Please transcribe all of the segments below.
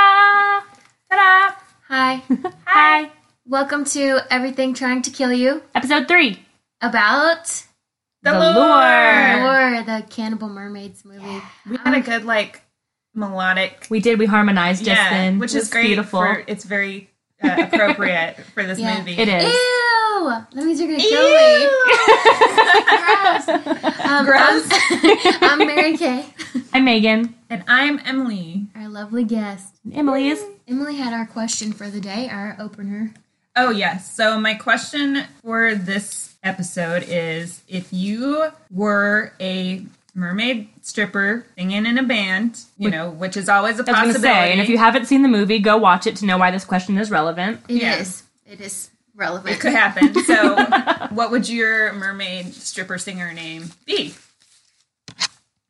Ta-da! Ta-da! Hi. Hi. Welcome to Everything Trying to Kill You Episode three. about The, lure. lure. or the Cannibal Mermaids movie. We had a good like melodic, We did. We harmonized just then, which It is was great. Beautiful. For, it's very uh, appropriate for this Yeah. movie. it is. Ew! That means you're gonna kill me. Gross. Um, Gross. I'm, I'm Mary Kay. I'm Megan. and I'm Emily. Our lovely guest. Emily is. Emily had our question for the day, our opener. Oh yes. So my question for this episode is: If you were a mermaid stripper singing in a band, you know, which is I always a was going to possibility. say, and if you haven't seen the movie, go watch it to know why this question is relevant. It is. Yeah. It is relevant. could happen. So, what would your mermaid stripper singer name be?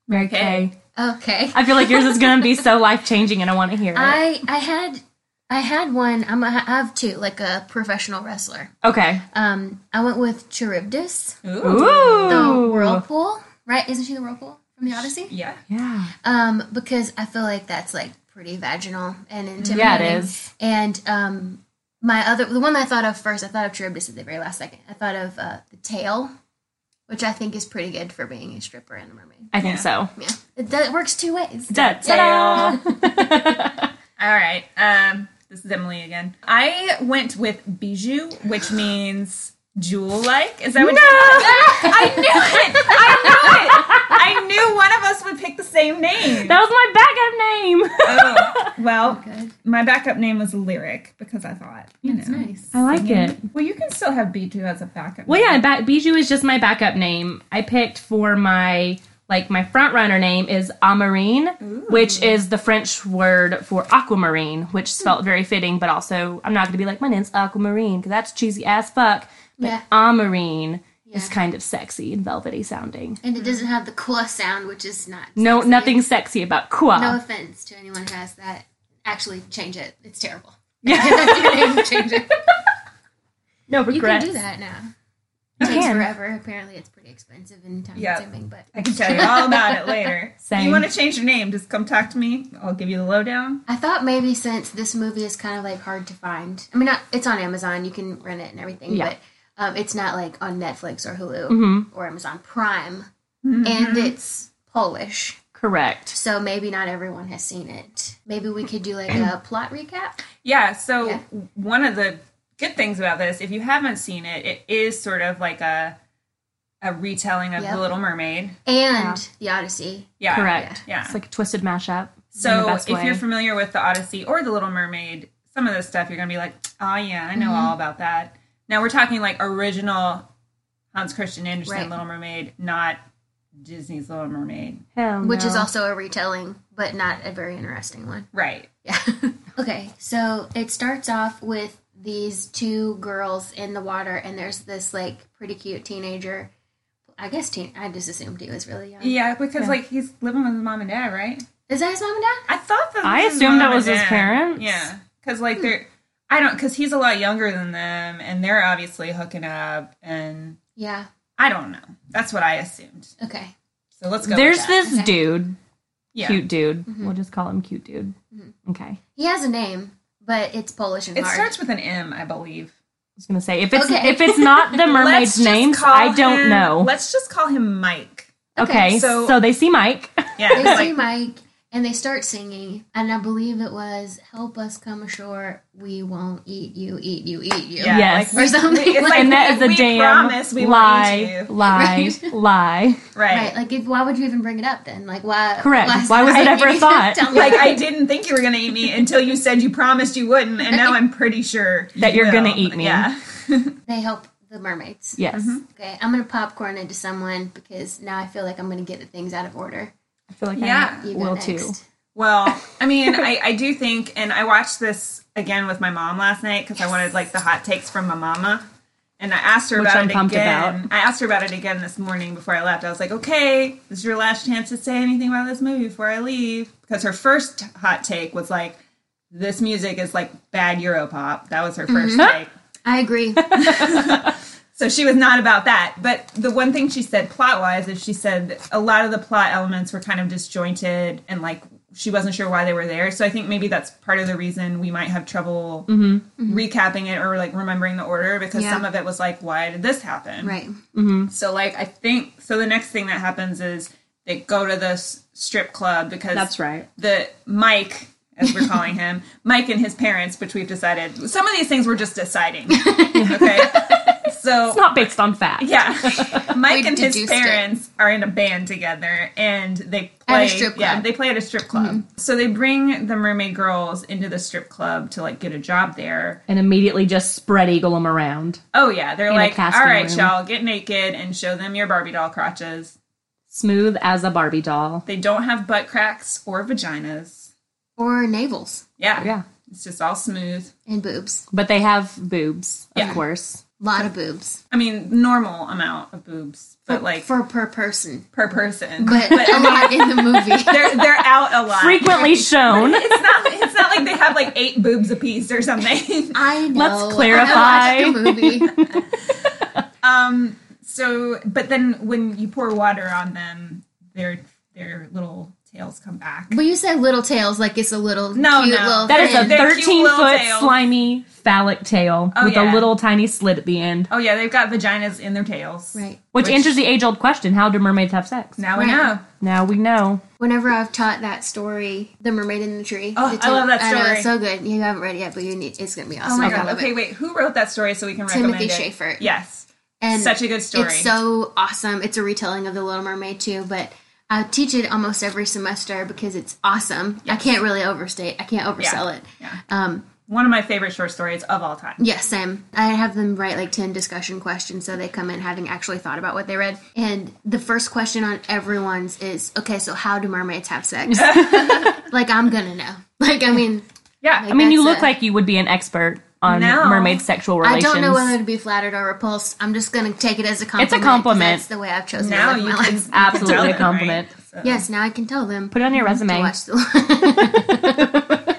Mary Kay. Kay. Okay. I feel like yours is going to be so life changing, and I want to hear it. I I had I had one. I'm a, I have two, like a professional wrestler. okay. Um, I went with Charybdis. Ooh. the whirlpool, right? Isn't she the whirlpool from the Odyssey? Yeah. Yeah. Um, because I feel like that's like pretty vaginal and intimidating. Yeah, it is. And um, my other, the one that I thought of first, I thought of Charybdis at the very last second. I thought of uh, the tail, which I think is pretty good for being a stripper and a mermaid. I think Yeah. so. Yeah, it, does, it works two ways. Ta- Ta-da! All right. Um, this is Emily again. I went with bijou, which means jewel like. Is that what you I knew it! I knew it! I knew one of us would pick the same name. That was my backup name. Oh, well, Good. my backup name was Lyric because I thought, you That's know. nice. I like it. Well, you can still have bijou as a backup Well, name. yeah, ba- Bijou is just my backup name. I picked for my like my front runner name is Amarine, which is the French word for aquamarine, which Hmm. felt very fitting. But also, I'm not going to be like my name's Aquamarine because that's cheesy as fuck. But Yeah. Amarine is Yeah. kind of sexy and velvety sounding. And it doesn't have the qua sound, which is not. No, sexy. nothing sexy about qua. No offense to anyone who has that. Actually, change it. It's terrible. yeah, That's your name. Change it. no You regrets. can do that now. It takes can. forever. Apparently, it's pretty expensive and time Yeah. consuming. But I can tell you all about it later. If Same. you want to change your name, just come talk to me. I'll give you the lowdown. I thought maybe since this movie is kind of like hard to find. I mean, not, it's on Amazon. You can rent it and everything. Yeah. But um, it's not like on Netflix or Hulu Mhm. or Amazon Prime, and it's Polish. Correct. So maybe not everyone has seen it. Maybe we could do like a plot recap. Yeah, so Yeah. one of the good things about this, if you haven't seen it, it is sort of like a a retelling of Yep. The Little Mermaid. And The Odyssey. Yeah. Correct. Yeah. It's like a twisted mashup. in the So best if way. you're familiar with The Odyssey or The Little Mermaid, some of this stuff you're going to be like, "Oh yeah, I know all about that." Now we're talking like original Hans Christian Andersen Right. Little Mermaid, not Disney's Little Mermaid. Hell Which is no. also a retelling, but not a very interesting one. Right. Yeah. okay, so it starts off with these two girls in the water, and there's this like pretty cute teenager. I guess teen. I just assumed he was really young. Yeah, because like he's living with his mom and dad, right? Is that his mom and dad? I thought that. I was his assumed that mom was and his dad. parents. Yeah, because like they're, I don't, because he's a lot younger than them, and they're obviously hooking up, and Yeah. I don't know. That's what I assumed. Okay. So let's go. with There's that. this Okay. dude, yeah. Mm-hmm. cute dude. We'll just call him cute dude. Okay. He has a name, but it's Polish and It hard. starts with an M, I believe. I was gonna say if it's Okay. if it's not the Let's mermaid's just names, call I don't him- know. Let's just call him Mike. okay, Okay, so, so- they see Mike. Yeah. they it's see like- Mike, and they start singing, and I believe it was "Help us come ashore. We won't eat you, eat you, eat you." yeah, Yes. like, Or something It's like- like and that is we, a we damn promise we lie, won't eat you. lie, lie. Right. Right. Like, if, why would you even bring it up then? Like, why? Correct. Why was it ever a thought? Tell me. Like I didn't think you were gonna eat me until you said you promised you wouldn't, and now I'm pretty sure you That you're will. gonna eat me. Yeah. they help the mermaids. Yes, Mm-hmm. Okay, I'm gonna popcorn into someone because now I feel like I'm gonna get the things out of order. I feel like Yeah, I You go will next. too. Well, I mean, I, I do think, and I watched this again with my mom last night because I wanted like the hot takes from my mama, and I asked her Which about I'm it pumped again. I asked her about it again this morning before I left. I was like, okay, this is your last chance to say anything about this movie before I leave, because her first hot take was like, this music is like bad Europop. That was her 1st Mm-hmm. take. I agree. So she was not about that. But the one thing she said plot wise is she said a lot of the plot elements were kind of disjointed and like she wasn't sure why they were there. So I think maybe that's part of the reason we might have trouble Mm-hmm. recapping it or like remembering the order because Yeah. some of it was like, why did this happen? Right. So like I think so the next thing that happens is they go to this strip club because That's right. The Mike as we're calling him, Mike and his parents, which we've decided some of these things we're just deciding. Okay. so Not based on fact. yeah. Mike We and his deduced it. parents are in a band together and they At a play strip Yeah, club. Mm-hmm. they play at a strip club. So they bring the mermaid girls into the strip club to like get a job there. And immediately just spread eagle them around. Oh yeah, they're a like, "All casting right, room. y'all, get naked and show them your Barbie doll crotches." Smooth as a Barbie doll. They don't have butt cracks or vaginas. Or navels Yeah. Yeah. It's just all smooth. and boobs. But they have boobs, of Yeah. course. A lot of boobs. I mean, normal amount of boobs, but like for per person. per person. But, a lot in the movie. they're they're out a lot. Frequently shown. It's not it's not like they have like eight boobs apiece or something. I know. Let's I watched the movie. Um so but then when you pour water on them, their their little tails come back. But you say little tails like it's a little No, cute no. little That is a thing. Their cute 13 little foot tail. slimy phallic tail Oh, with a yeah. little tiny slit at the end. Oh yeah, they've got vaginas in their tails. right. Which, Which- answers the age old question how do mermaids have sex? Now we Right. know. Now we know. Whenever I've taught that story, The Mermaid in the Tree. Oh, the I love that know, story. it's so good. You haven't read it yet, but you need it's gonna be awesome. Oh my You're gonna god. love Okay, it. wait, who wrote that story so we can Timothy recommend it? Schaefer. Yes. And Such a good story. It's so awesome. It's a retelling of The Little Mermaid too, but I teach it almost every semester because it's awesome. I can't really overstate. I can't oversell it. Yeah. Um, One of my favorite short stories of all time. Yes, same. I have them write like 10 discussion questions so they come in having actually thought about what they read. And the first question on everyone's is okay, so how do mermaids have sex? like, I'm gonna know. Like, I mean, Yeah. I mean, you That's look a- like you would be an expert on No. mermaid sexual I relations. don't know whether to be flattered or repulsed. I'm just gonna take it as a compliment. 'cause compliment. That's the way I've chosen to now live you my can life. Absolutely tell a them, compliment. right? So Yes, now I can tell them. Mm-hmm. Put it on your to resume. watch the.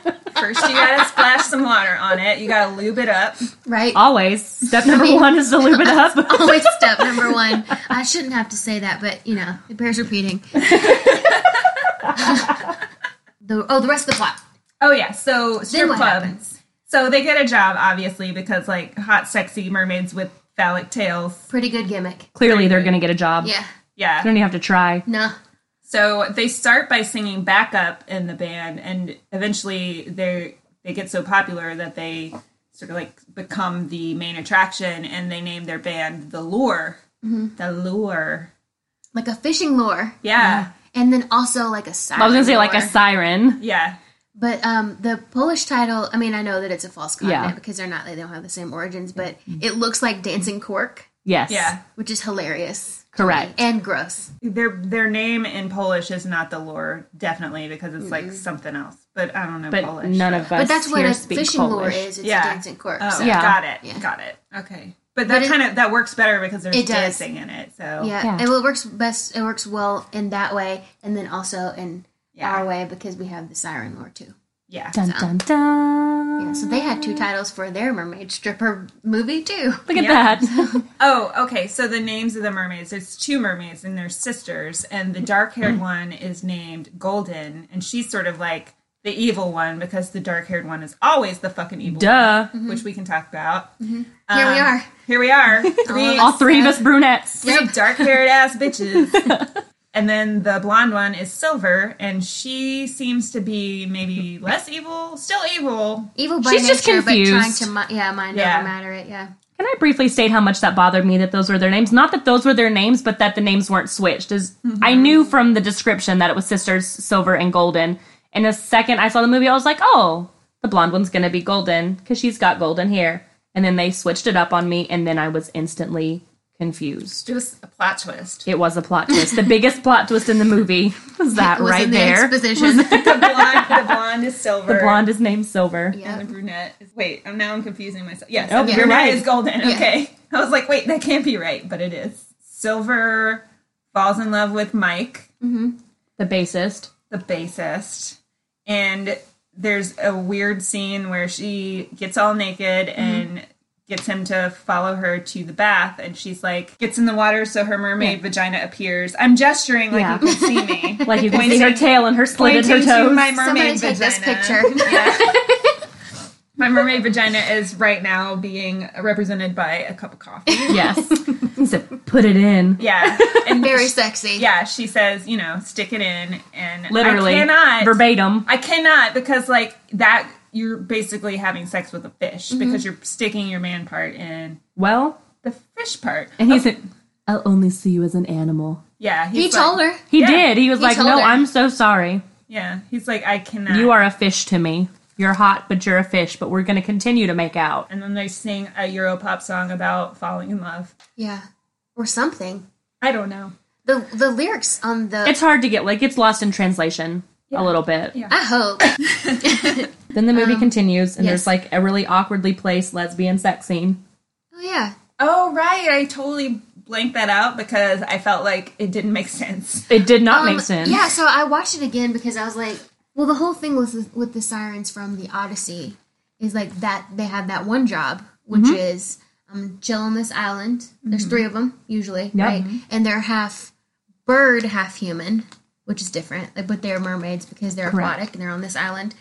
First, you gotta splash some water on it. You gotta lube it up. right? Always. Step number one is to lube it up. Always step number one. I shouldn't have to say that, but you know, it bears repeating. the, oh, the rest of the plot. Oh yeah, so strip what club. happens? So they get a job, obviously, because like hot, sexy mermaids with phallic tails. Pretty good gimmick. Clearly, they're going to get a job. Yeah. They don't Yeah. even have to try. No. So they start by singing backup in the band, and eventually they they get so popular that they sort of like become the main attraction, and they name their band the Lure. The Lure. Like a fishing lure. Yeah. And then also like a siren. I was going to say like a lure. siren. Yeah. But um the Polish title, I mean I know that it's a false continent Yeah. Mm-hmm. because they're not they don't have the same origins, but it looks like dancing cork, Yes. Yeah. which is hilarious. to me Correct. And gross. Their their name in Polish is not the lure, definitely, because it's like something else. But I don't know But Polish. none so- of us But that's what here a speak fishing lure Polish. is. It's Yeah. a dancing cork. Oh, so- Yeah. got it. Yeah. Got it. Okay. But that it- kind of that works better because there's It does. dancing in it. So Yeah, Yeah. it will- works best. It works well in that way, and then also in Yeah. our way because we have the siren lore too. yeah. Dun, dun, dun. Yeah, so they had Mm. two titles for their mermaid stripper movie too. Look at Yeah. that. Oh, okay. So the names of the mermaids. There's two mermaids and they're sisters, and the dark-haired Mm-hmm. one is named Golden, and she's sort of like the evil one because the dark-haired one is always the fucking evil. Duh. one, which we can talk about. Here we Um, are. Here we are. Three All three of us brunettes. three dark haired ass bitches. and then the blonde one is Silver, and she seems to be maybe less evil, still evil. Evil by She's nature, just but trying confused. to mi- yeah mind Yeah. over matter. It yeah. Can I briefly state how much that bothered me that those were their names? Not that those were their names, but that the names weren't switched. As Mm-hmm. I knew from the description that it was sisters Silver and Golden. And the second I saw the movie, I was like, "Oh, the blonde one's gonna be Golden because she's got golden hair." And then they switched it up on me, and then I was instantly confused. Just a plot twist. It was a plot twist. the biggest plot twist in the movie was that It was right in the there. exposition. The blonde, the blonde is Silver. The blonde is named Silver. Yeah. And the brunette is. Wait, I'm now I'm confusing myself. Yes, Oh, the you're brunette right. is Golden. Okay. I was like, wait, that can't be right, but it is. Silver falls in love with Mike. The bassist. the bassist Mm-hmm. and there's a weird scene where she gets all naked and gets him to follow her to the bath, and she's like, gets in the water so her mermaid vagina appears. I'm gesturing like Yeah. you can see me. Like you can see her tail and her slitted her pointing to toes. my mermaid Somebody take this picture. vagina. Yeah. my mermaid vagina is right now being represented by a cup of coffee. yes. He said, put it in. Yeah. And Very sexy. yeah, she says, you know, stick it in and Literally. I cannot Verbatim. I cannot because like that you're basically having sex with a fish Mm-hmm. because you're sticking your man part in Well, the fish part. Oh, and he Oh. said, I'll only see you as an animal. Yeah, he's He like- told her. He Yeah. did. He was He like, told no, her. I'm so sorry. Yeah, he's like I cannot. You are a fish to me. You're hot, but you're a fish, but we're going to continue to make out. And then they sing a Europop song about falling in love. Yeah. Or something. I don't know. The the lyrics on the It's hard to get, like, it's lost in translation a little bit. Yeah. I hope. Oh, Then the movie continues, and Um, yes. there's, like, a really awkwardly placed lesbian sex scene. Oh yeah. Oh right, I totally blanked that out because I felt like it didn't make sense. It did not Um, make sense. Yeah, so I watched it again because I was like, well, the whole thing with the, with the sirens from the Odyssey is like that they have that one job, which Mm-hmm. is um, chill on this island. There's three of them usually, Yep. right? And they're half bird, half human, which is different. Like, but they're mermaids because they're Correct. aquatic and they're on this island.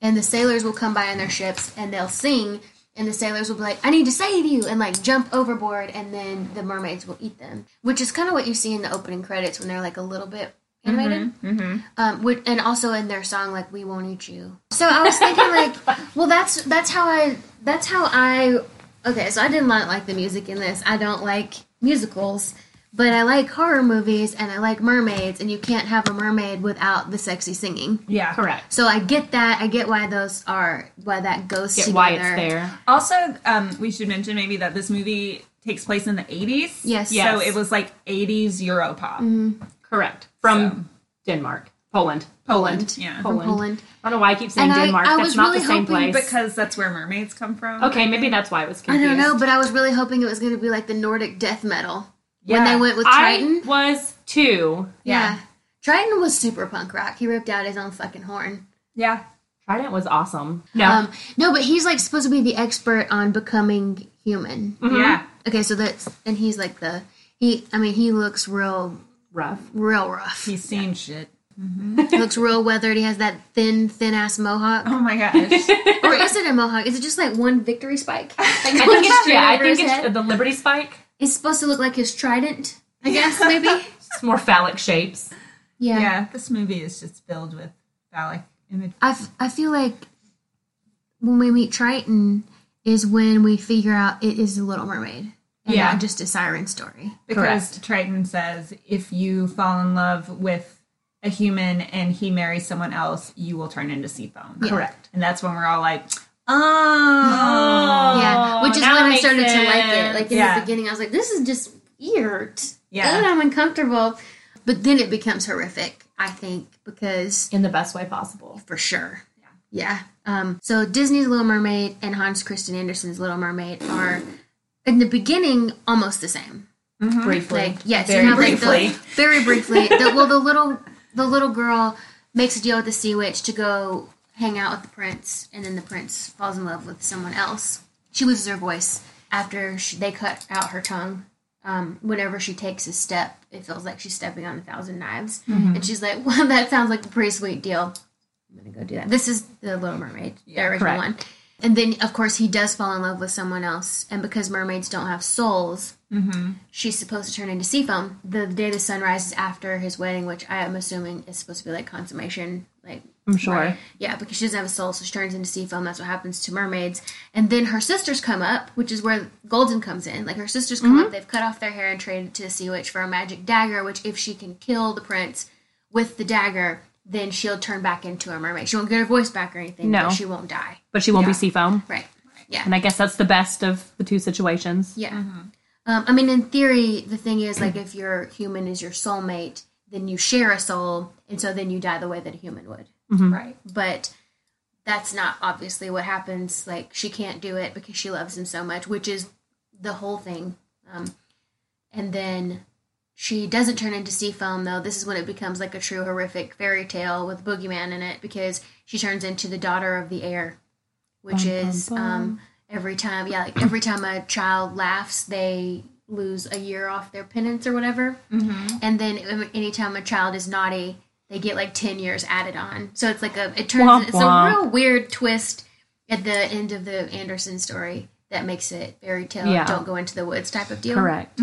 And the sailors will come by in their ships and they'll sing. And the sailors will be like, I need to save you, and like jump overboard, and then the mermaids will eat them, which is kind of what you see in the opening credits when they're like a little bit animated. Mm-hmm. Um, which, and also in their song, like "We Won't Eat You." So I was thinking, like, well, that's that's how I that's how I okay. So I didn't like, like the music in this. I don't like musicals, but I like horror movies and I like mermaids. And you can't have a mermaid without the sexy singing. Yeah, Correct. So I get that. I get why those are why that goes Get together. why it's there. Also, um, we should mention maybe that this movie takes place in the 80s. Yes. So Yes. it was like 80s Europop. Correct. From Denmark. Poland. Poland. Yeah. From Poland. Poland. I don't know why I keep saying And I- Denmark. I that's was not really the same hoping place. Because that's where mermaids come from. okay, maybe that's why I was I confused. don't know, but I was really hoping it was going to be like the Nordic death metal when Yeah. they went with I Triton. was too. Yeah. Yeah. Triton was super punk rock. He ripped out his own fucking horn. Yeah. Trident was awesome. No. Um, no, but he's like supposed to be the expert on becoming human. Mhm. Yeah. Okay, so that's and he's like the he. I mean, he looks real, Rough. real rough. He's seen shit. he looks real weathered. He has that thin, thin ass mohawk. Oh my gosh. or is it a mohawk? Is it just like one victory spike? Like I think it's, yeah, I think it's the Liberty Spike. it's supposed to look like his trident. I guess maybe. It's more phallic shapes. Yeah. yeah. This movie is just filled with phallic image. I, f- I feel like when we meet Triton is when we figure out it is the Little Mermaid and Yeah. not just a siren story. Because Triton says if you fall in love with a human and he marries someone else, you will turn into sea foam. Correct. And that's when we're all like, oh. yeah, which is when now it I makes started to like it. Like in Yeah. the beginning, I was like, this is just weird. Yeah. Ugh, I'm uncomfortable. But then it becomes horrific, I think, because In the best way possible. for sure. Yeah. Um, so Disney's Little Mermaid and Hans Christian Andersen's Little Mermaid are, in the beginning, almost the same. Briefly. Mm-hmm. Like yes, Very you have, like, the- briefly. very briefly. The, well, the little the little girl makes a deal with the sea witch to go hang out with the prince, and then the prince falls in love with someone else. She loses her voice after she, they cut out her tongue. Um, whenever she takes a step, it feels like she's stepping on a thousand knives, and she's like, "Well, that sounds like a pretty sweet deal. I'm gonna go do that." This is the Little Mermaid, the original correct. one. And then, of course, he does fall in love with someone else. And because mermaids don't have souls, Mm-hmm. she's supposed to turn into sea foam. The day the sun rises after his wedding, which I am assuming is supposed to be like consummation, like I'm sure. yeah, because she doesn't have a soul, so she turns into sea foam. That's what happens to mermaids. And then her sisters come up, which is where Golden comes in. Like her sisters come Mm-hmm. up, they've cut off their hair and traded to the sea witch for a magic dagger. Which, if she can kill the prince with the dagger, then she'll turn back into a mermaid. She won't get her voice back or anything. No. but she won't die. But she won't be sea foam. Right. Yeah. And Mm-hmm. I guess that's the best of the two situations. Yeah. Um, I mean, in theory, the thing is, like, if your human is your soulmate, then you share a soul, and so then you die the way that a human would. Right. But that's not obviously what happens. Like, she can't do it because she loves him so much, which is the whole thing. Um, and then she doesn't turn into sea foam, though. This is when it becomes like a true horrific fairy tale with boogeyman in it because she turns into the daughter of the air, which Bum, bum, is bum. um, every time, yeah, like every time a child laughs, they lose a year off their penance or whatever. Mm-hmm. And then um, anytime a child is naughty, they get like 10 years added on. So it's like a, it turns, Womp it's womp. a real weird twist at the end of the Anderson story that makes it fairy tale, Yeah. don't go into the woods type of deal. Correct.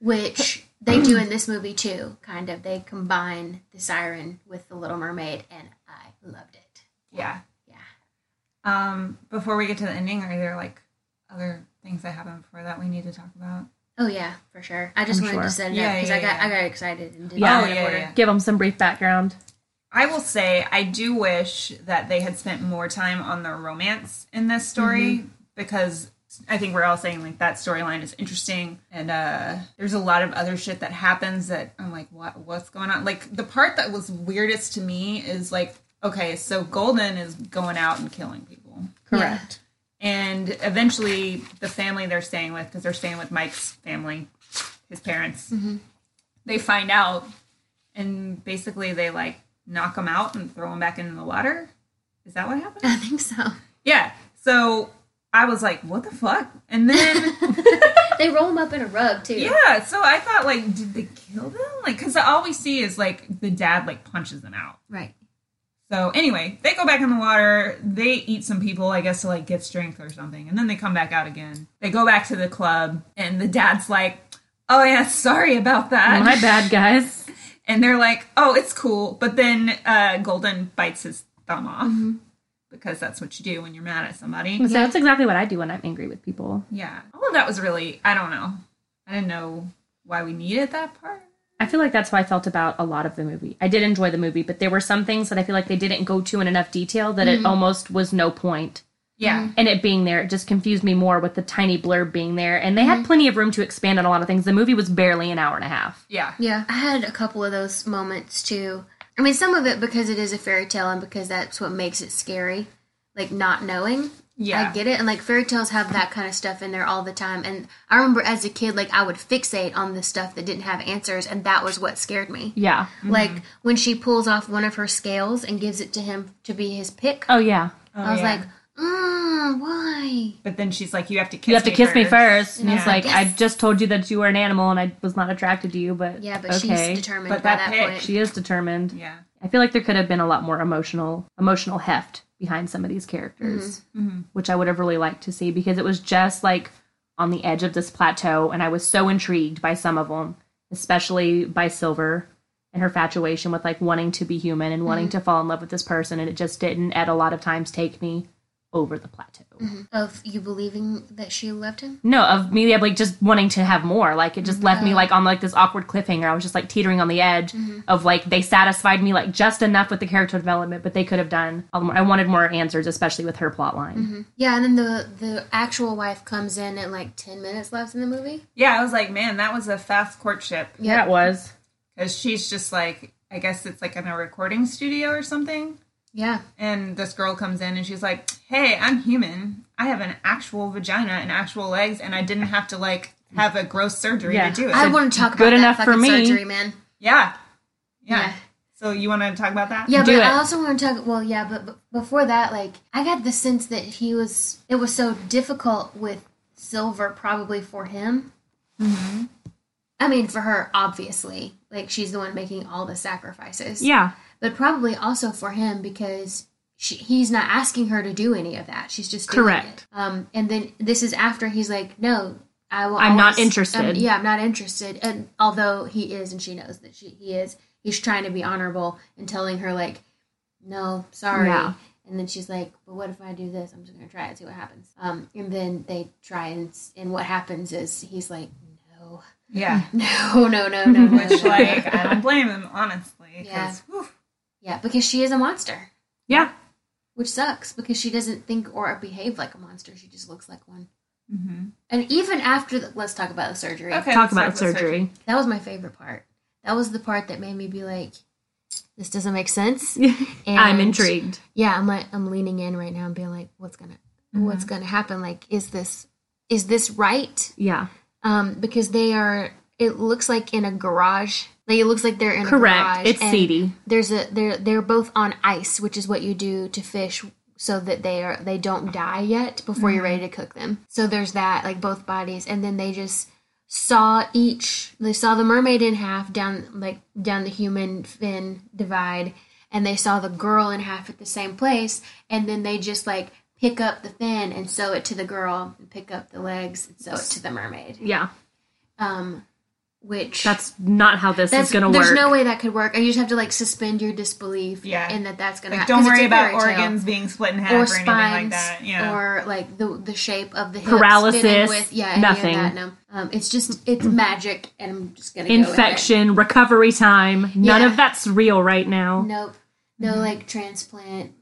Which they do in this movie too, kind of. They combine the siren with the Little Mermaid, and I loved it. Yeah. Yeah. Um, before we get to the ending, are there like other things that happened before that we need to talk about? Oh yeah, for sure. I just I'm wanted sure. to send it Yeah, because yeah, I got yeah. I got excited and did Yeah. yeah, Oh, it yeah, order. yeah. Give them some brief background. I will say I do wish that they had spent more time on the romance in this story because I think we're all saying like that storyline is interesting and uh there's a lot of other shit that happens that I'm like what what's going on? Like the part that was weirdest to me is like okay, so Golden is going out and killing people. Correct. And eventually, the family they're staying with, because they're staying with Mike's family, his parents, they find out, and basically they like knock him out and throw him back into the water. Is that what happened? I think so. yeah. So I was like, what the fuck? And then They roll them up in a rug too. yeah, so I thought like, did they kill them? Like, because all we see is like the dad like punches them out. Right. So anyway, they go back in the water. They eat some people, I guess, to like get strength or something, and then they come back out again. They go back to the club, and the dad's like, "Oh yeah, sorry about that." My bad, guys. And they're like, "Oh, it's cool," but then uh, Golden bites his thumb off because that's what you do when you're mad at somebody. So that's exactly what I do when I'm angry with people. Yeah, all of that was really, I don't know, I didn't know why we needed that part. I feel like that's how I felt about a lot of the movie. I did enjoy the movie, but there were some things that I feel like they didn't go to in enough detail that Mm-hmm. it almost was no point. Yeah, And it being there, it just confused me more with the tiny blurb being there. And they had plenty of room to expand on a lot of things. The movie was barely an hour and a half. yeah, Yeah. I had a couple of those moments too. I mean, some of it because it is a fairy tale and because that's what makes it scary, like not knowing. Yeah. I get it. And like fairy tales have that kind of stuff in there all the time. And I remember as a kid, like I would fixate on the stuff that didn't have answers, and that was what scared me. Yeah. Like when she pulls off one of her scales and gives it to him to be his pick. Oh, yeah. I was yeah. like, mm, why? But then she's like, "You have to kiss. You have to kiss me first. And he's Yeah. like, I just told you that you were an animal and I was not attracted to you, but Yeah, but okay. she's determined But by that that pick, point. she is determined. Yeah, I feel like there could have been a lot more emotional emotional heft behind some of these characters, which I would have really liked to see because it was just like on the edge of this plateau, and I was so intrigued by some of them, especially by Silver and her infatuation with like wanting to be human and wanting to fall in love with this person, and it just didn't at a lot of times take me over the plateau. of you believing that she loved him? No, of me like just wanting to have more. Like it just left me like on like this awkward cliffhanger. I was just like teetering on the edge of like they satisfied me like just enough with the character development, but they could have done. a lot more. I wanted more answers, especially with her plot line. Yeah, and then the the actual wife comes in at like ten minutes left in the movie. yeah. I was like, man, that was a fast courtship. Yeah, it was. because she's just like i guess it's like in a recording studio or something Yeah, and this girl comes in and she's like hey i'm human i have an actual vagina and actual legs and i didn't have to like have a gross surgery Yeah. to do it I want to talk about good that enough for fucking me. surgery, man. yeah. yeah Yeah. so you want to talk about that Yeah, Do but it. I also want to talk. Well, yeah, but, but before that, like I got the sense that he was. It was so difficult with Silver, probably for him. Mm-hmm. I mean, for her, obviously, like she's the one making all the sacrifices. Yeah, but probably also for him because she, he's not asking her to do any of that. She's just doing Correct. It. Um, and then this is after he's like, "No, I will. I'm not always- interested." um, yeah, I'm not interested." And although he is, and she knows that she he is, he's trying to be honorable and telling her like, "No, sorry." Yeah. And then she's like, "But what if I do this? I'm just gonna try it, see what happens." Um, and then they try and s- and what happens is he's like, "No, yeah no, no, no, no, no." which no." like i don't blame him honestly Yeah. 'cause, whew, yeah, because she is a monster. yeah. which sucks because she doesn't think or behave like a monster. She just looks like one. Mm-hmm. And even after, the, let's talk about the surgery. Okay, Talk let's about about surgery. That was my favorite part. That was the part that made me be like, "This doesn't make sense." And- I'm intrigued. Yeah, I'm like, I'm leaning in right now and being like, "What's gonna, Mm-hmm. what's gonna happen? Like, is this, is this right?" Yeah, Um, because they are. It looks like in a garage. Like it looks like they're in a correct. garage. it's and- seedy. there's a they're they're both on ice, which is what you do to fish so that they are they don't die yet before you're ready to Mm-hmm. cook them. So there's that, like both bodies, and then they just saw each they saw the mermaid in half down like down the human fin divide and they saw the girl in half at the same place and then they just like pick up the fin and sew it to the girl and pick up the legs and sew it to the mermaid Yeah, um which that's not how this that's is going to there's work. no way that could work and you just have to like suspend your disbelief Yeah. and that that's gonna Like, happen don't worry about organs being split in half or, or anything like spines that. Yeah. or like the the shape of the hips Paralysis, fitting with yeah any nothing. of that, no. um, it's just it's magic and i'm just gonna Infection, recovery time. None Yeah. of that's real right go now. with it. nope no like transplant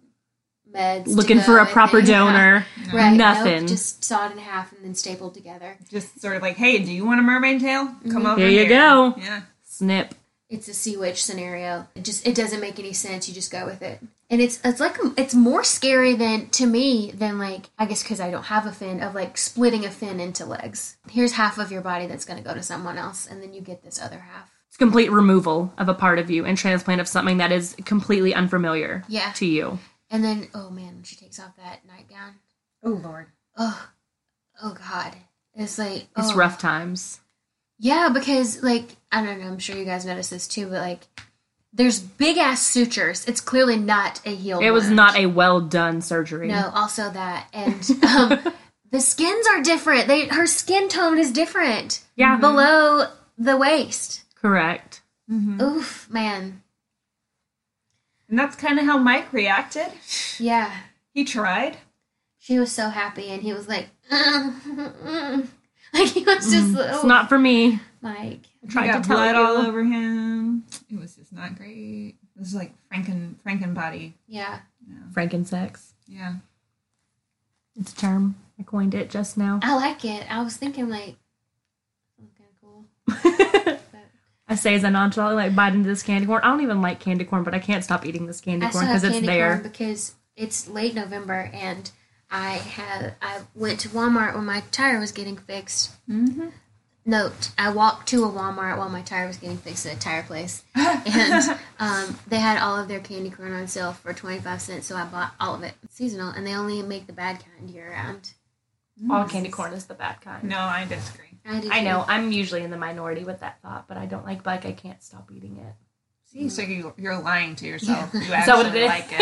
meds to Looking go for a with proper it. Yeah. donor. right Nothing. nope. just sawed in half and then stapled together Just sort of like, hey, do you want a mermaid tail? Mm-hmm. Come over Here you go. Yeah. Snip. it's a sea witch scenario it just it doesn't make any sense you just go with it and it's it's like it's more scary than to me than like i guess because i don't have a fin of like splitting a fin into legs here's half of your body that's going to go to someone else and then you get this other half It's complete removal of a part of you and transplant of something that is completely unfamiliar Yeah. to you. and then oh man when she takes off that nightgown Oh Lord. oh oh god it's like It's oh. rough times. Yeah, because like I don't know, I'm sure you guys noticed this too, but like there's big ass sutures. It's clearly not a healed. It was wound. not a well done surgery. No, also that, and um, the skins are different. They her skin tone is different. Yeah. Mm-hmm. below the waist. Correct. Mm-hmm. Oof, man. And that's kind of how Mike reacted. Yeah, He tried. she was so happy, and he was like, like he was just Mm-hmm. It's oh, not for me. Mike. Tried he to got tell blood all you. over him. It was just not great. It was like Franken Frankenbody. Yeah, Frankensex. Yeah. It's a term. I coined it just now. I like it. I was thinking like, okay, cool. I say as I nonchalantly like bite into this candy corn. I don't even like candy corn, but I can't stop eating this candy I still corn have because it's candy corn there. because it's late November and I have I went to Walmart when my tire was getting fixed. Mm-hmm. Note: I walked to a Walmart while my tire was getting fixed at a tire place, and um, they had all of their candy corn on sale for twenty five cents. So I bought all of it It's seasonal, and they only make the bad kind year round. All candy corn is the bad kind. No, I disagree. I, did I too. know. I'm usually in the minority with that thought, but I don't like like I can't stop eating it. See, so you, you're lying to yourself. You actually that what it is? like it.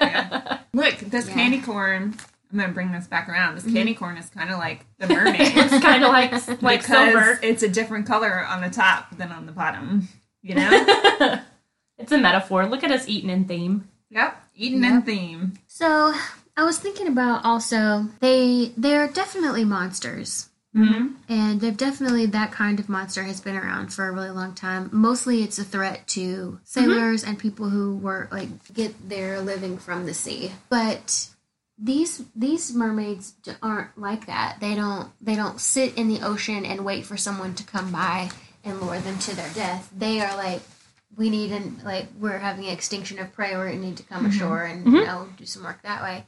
Yeah. Look, this Yeah. candy corn. I'm gonna bring this back around. Mm-hmm. This candy corn is kind of like the mermaid, It's kind of like like because silver. it's a different color on the top than on the bottom. You know? It's a metaphor. Look at us eating in theme. yep. Eating in theme. So I was thinking about also they they are definitely monsters. Mm-hmm. And they've definitely that kind of monster has been around for a really long time. Mostly it's a threat to sailors and people who were like get their living from the sea. But these these mermaids j- aren't like that. They don't they don't sit in the ocean and wait for someone to come by and lure them to their death. They are like we need an like we're having an extinction of prey or need to come ashore and you know do some work that way.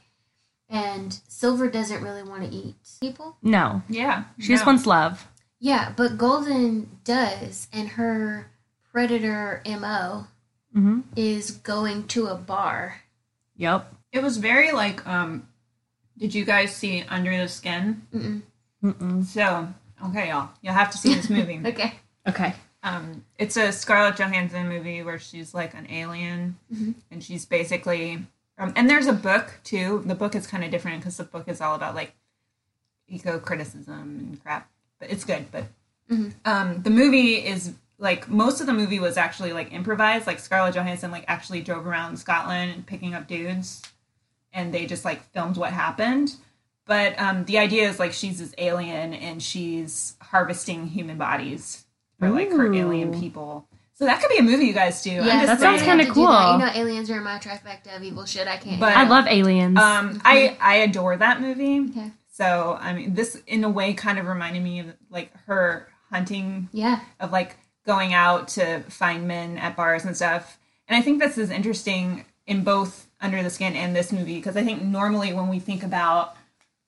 And Silver doesn't really want to eat people. No, Yeah. she just no. wants love. Yeah, but Golden does, and her predator MO Mhm. is going to a bar. Yep. It was very like. um Did you guys see Under the Skin? Mm-mm. Mm-mm. So okay, y'all, you'll have to see this movie. Okay. Okay. um, it's a Scarlett Johansson movie where she's like an alien, and she's basically. Um, and there's a book too. The book is kind of different because the book is all about like eco criticism and crap, but it's good. But Mm-hmm. um, the movie is like most of the movie was actually like improvised. Like Scarlett Johansson like actually drove around Scotland and picking up dudes, and they just like filmed what happened. But um, the idea is like she's this alien and she's harvesting human bodies for like her alien people. So that could be a movie you guys do. I'm just that sounds saying. kinda I have to do that. cool. You know, aliens are my trifecta of evil shit. I can't. But- I love aliens. Um, I I adore that movie. Okay. So I mean, this in a way kind of reminded me of like her hunting yeah, of like going out to find men at bars and stuff. And I think this is interesting in both Under the Skin and this movie because I think normally when we think about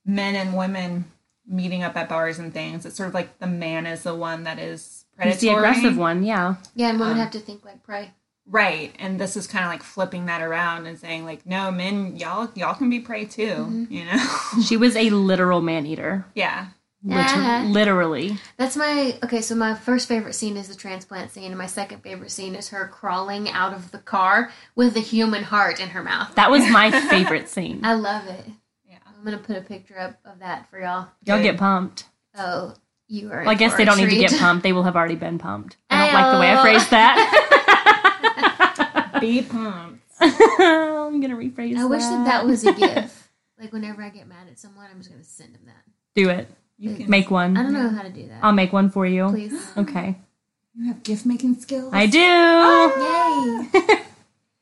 men and women meeting up at bars and things, it's sort of like the man is the one that is predatory. it's the aggressive one. Yeah. Um, yeah, and women have to think like prey. Right. And this is kind of like flipping that around and saying like, no, men, y'all, y'all can be prey too. Mm-hmm. You know? She was a literal man eater. yeah. Yeah. Literally. Uh-huh. That's my okay. So my first favorite scene is the transplant scene, and my second favorite scene is her crawling out of the car with a human heart in her mouth. That was my favorite scene. I love it. Yeah. I'm gonna put a picture up of that for y'all. Y'all get pumped. Oh, you are. Well, I in guess for they a don't need to treat. get pumped. They will have already been pumped. I don't like the way I phrased that. Be pumped. I'm gonna rephrase. I wish that that was a gift. like whenever I get mad at someone, I'm just gonna send them that. Do it. You can Make I one. don't know how to do that. I'll make one for you. Please. Mm-hmm. Um, Okay. you have gift making skills. I do. Ah! Yay.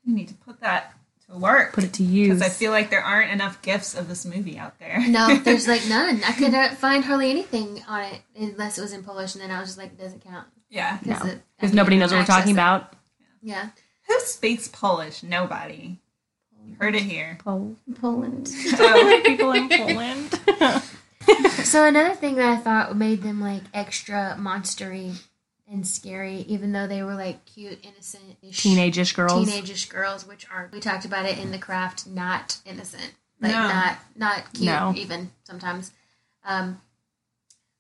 you need to put that to work. Put it to use. because I feel like there aren't enough gifts of this movie out there. No, there's like none. I could not find hardly anything on it unless it was in Polish, and then I was just like, it doesn't count. yeah. No. it- I Because need nobody to knows what we're access talking it. about. Yeah. Who speaks Polish? Nobody. Heard it here. Pol- Poland. people in Poland. so another thing that I thought made them like extra monstery and scary, even though they were like cute, innocent Teenageish girls. teenageish girls, which are we talked about it in the craft, not innocent, like No. not not cute No. even sometimes. Um,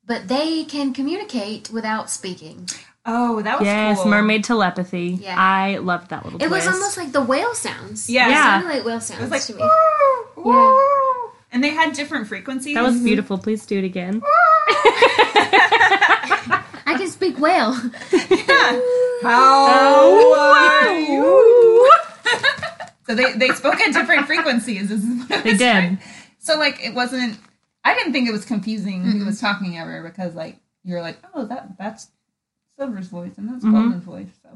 but they can communicate without speaking. Oh, that was Yes, cool. mermaid telepathy. Yeah. I loved that little It twist. was almost like the whale sounds. Yeah. it Yeah. sounded like whale It was sounds like, to me. Yeah. "Woo, woo." and they had different frequencies. that was beautiful. Please do it again. I can speak whale. How Oh, are you? Oh, so they, they spoke at different frequencies. Is what I They was did. trying- So like it wasn't. I didn't think it was confusing who was talking ever because like you were like, oh that that's Silver's voice and Mm-hmm. that's Golden's voice. So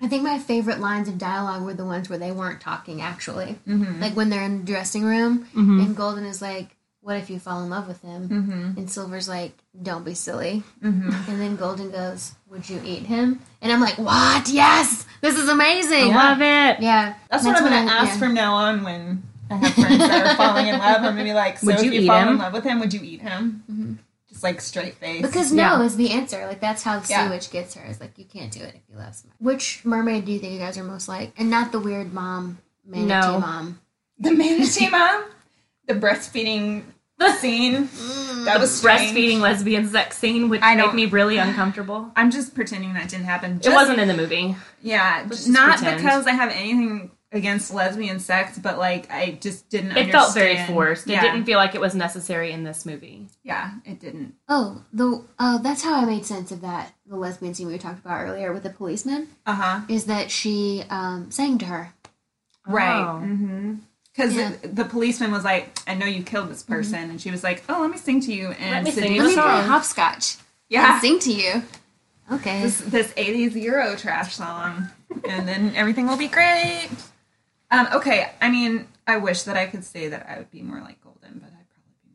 I think my favorite lines of dialogue were the ones where they weren't talking actually. Mm-hmm. Like when they're in the dressing room and Golden is like, What if you fall in love with him? Mm-hmm. And Silver's like, Don't be silly. Mm-hmm. And then Golden goes, Would you eat him? And I'm like, What? Yes! This is amazing! Love it. Yeah. that's, what I'm when gonna I- ask yeah. from now on when I have friends that are falling in love. I'm gonna be like, so Would if you you, eat fall him? Mm-hmm. in love with him, would you eat him? Just like straight face. Because no Yeah. is the answer. Like that's how the sea Yeah. witch gets her. It's like you can't do it if you love somebody. Which mermaid do you think you guys are most like? And not the weird mom, manatee No. mom. the manatee mom, the breastfeeding scene. That was strange. Mm. Breastfeeding lesbian sex scene, which I made don't- me really uncomfortable. I'm just pretending that didn't happen. It Just- wasn't in the movie. Yeah, just not pretend. because I have anything against lesbian sex, but like I just didn't. It felt very understand. forced. Yeah, It didn't feel like it was necessary in this movie. Yeah, it didn't. Oh, the oh, that's how I made sense of that the lesbian scene we talked about earlier with the policeman Uh Uh-huh. huh. is that she um, sang to her. Oh. Right. Mm-hmm. Because Yeah. the policeman was like, "I know you killed this person," and she was like, "Oh, let me sing to you and Mm-hmm. Let me seduce sing you Let a me you." play song. hopscotch. Yeah. and sing to you. Okay, this this eighties Euro trash song, and then everything will be great. Um, okay, I mean, I wish that I could say that I would be more like Golden, but I'd probably be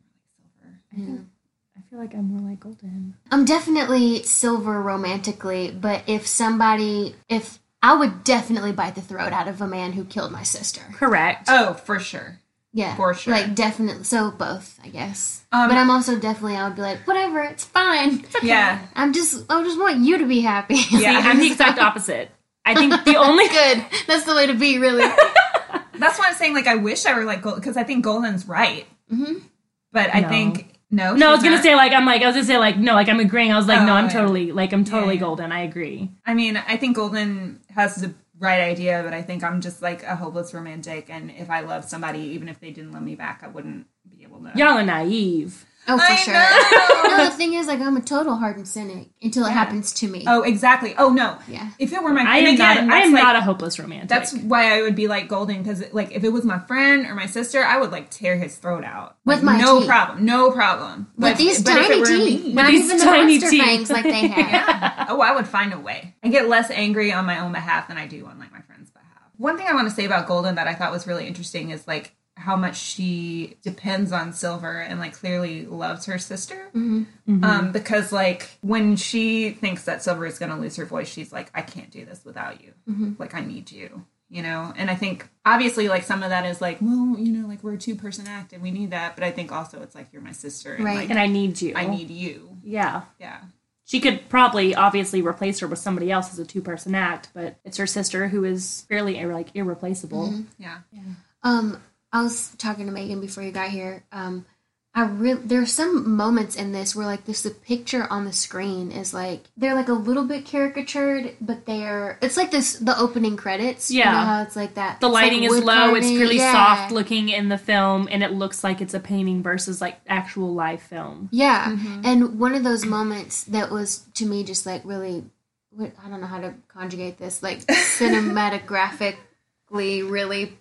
more like Silver. I feel like I'm more like Golden. I'm definitely silver romantically, but if somebody, if I would definitely bite the throat out of a man who killed my sister. Correct. Oh, for sure. Yeah, For sure. Like definitely, so both, I guess. Um, but I'm also definitely, I would be like, whatever, it's fine. Yeah, I'm just, I just want you to be happy. Yeah. I'm the exact opposite. I think the only good. That's the way to be, really. Oh, that's why I'm saying like I wish I were like Golden because I think Golden's right, mm-hmm. but I No. think no. No, I was she's gonna not. say like I'm like I was gonna say like no, like I'm agreeing. I was like, Oh, no, I'm yeah. totally like I'm totally yeah. golden. I agree. I mean, I think Golden has the right idea, but I think I'm just like a hopeless romantic, and if I loved somebody, even if they didn't love me back, I wouldn't be able to. Y'all are naive. Oh, for I sure. know. No, the thing is, like, I'm a total hardened cynic until it happens to me. Oh, exactly. Oh no. Yeah. If it were my, I and am again, not. I that's, am like, not a hopeless romantic. That's why I would be like Golden because like if it was my friend or my sister, I would like tear his throat out With Like, my no teeth. problem, no problem. With these if tiny it were teeth, me- not these even tiny the monster teeth. fangs like they have. oh, I would find a way. I get less angry on my own behalf than I do on like my friend's behalf. One thing I want to say about Golden that I thought was really interesting is like how much she depends on Silver and like clearly loves her sister. Um, because like when she thinks that Silver is going to lose her voice, she's like, I can't do this without you. Like I need you. You know, and I think obviously, like some of that is like, well, you know, like we're a two-person act and we need that. but I think also it's like you're my sister, and Right. like and I need you. I need you. Yeah. Yeah, She could probably obviously replace her with somebody else as a two person act, but it's her sister who is fairly ir- like irreplaceable. Mm-hmm. Yeah. Um, I was talking to Megan before you got here. Um, I really there are some moments in this where like this the picture on the screen is like they're like a little bit caricatured, but they're it's like this the opening credits. you Yeah. know how it's like that. The it's like lighting is wood low, it's carving, really yeah. soft looking in the film and it looks like it's a painting versus like actual live film. Yeah, Mm-hmm. and one of those moments that was to me just like really, what- I don't know how to conjugate this, like cinematographically really,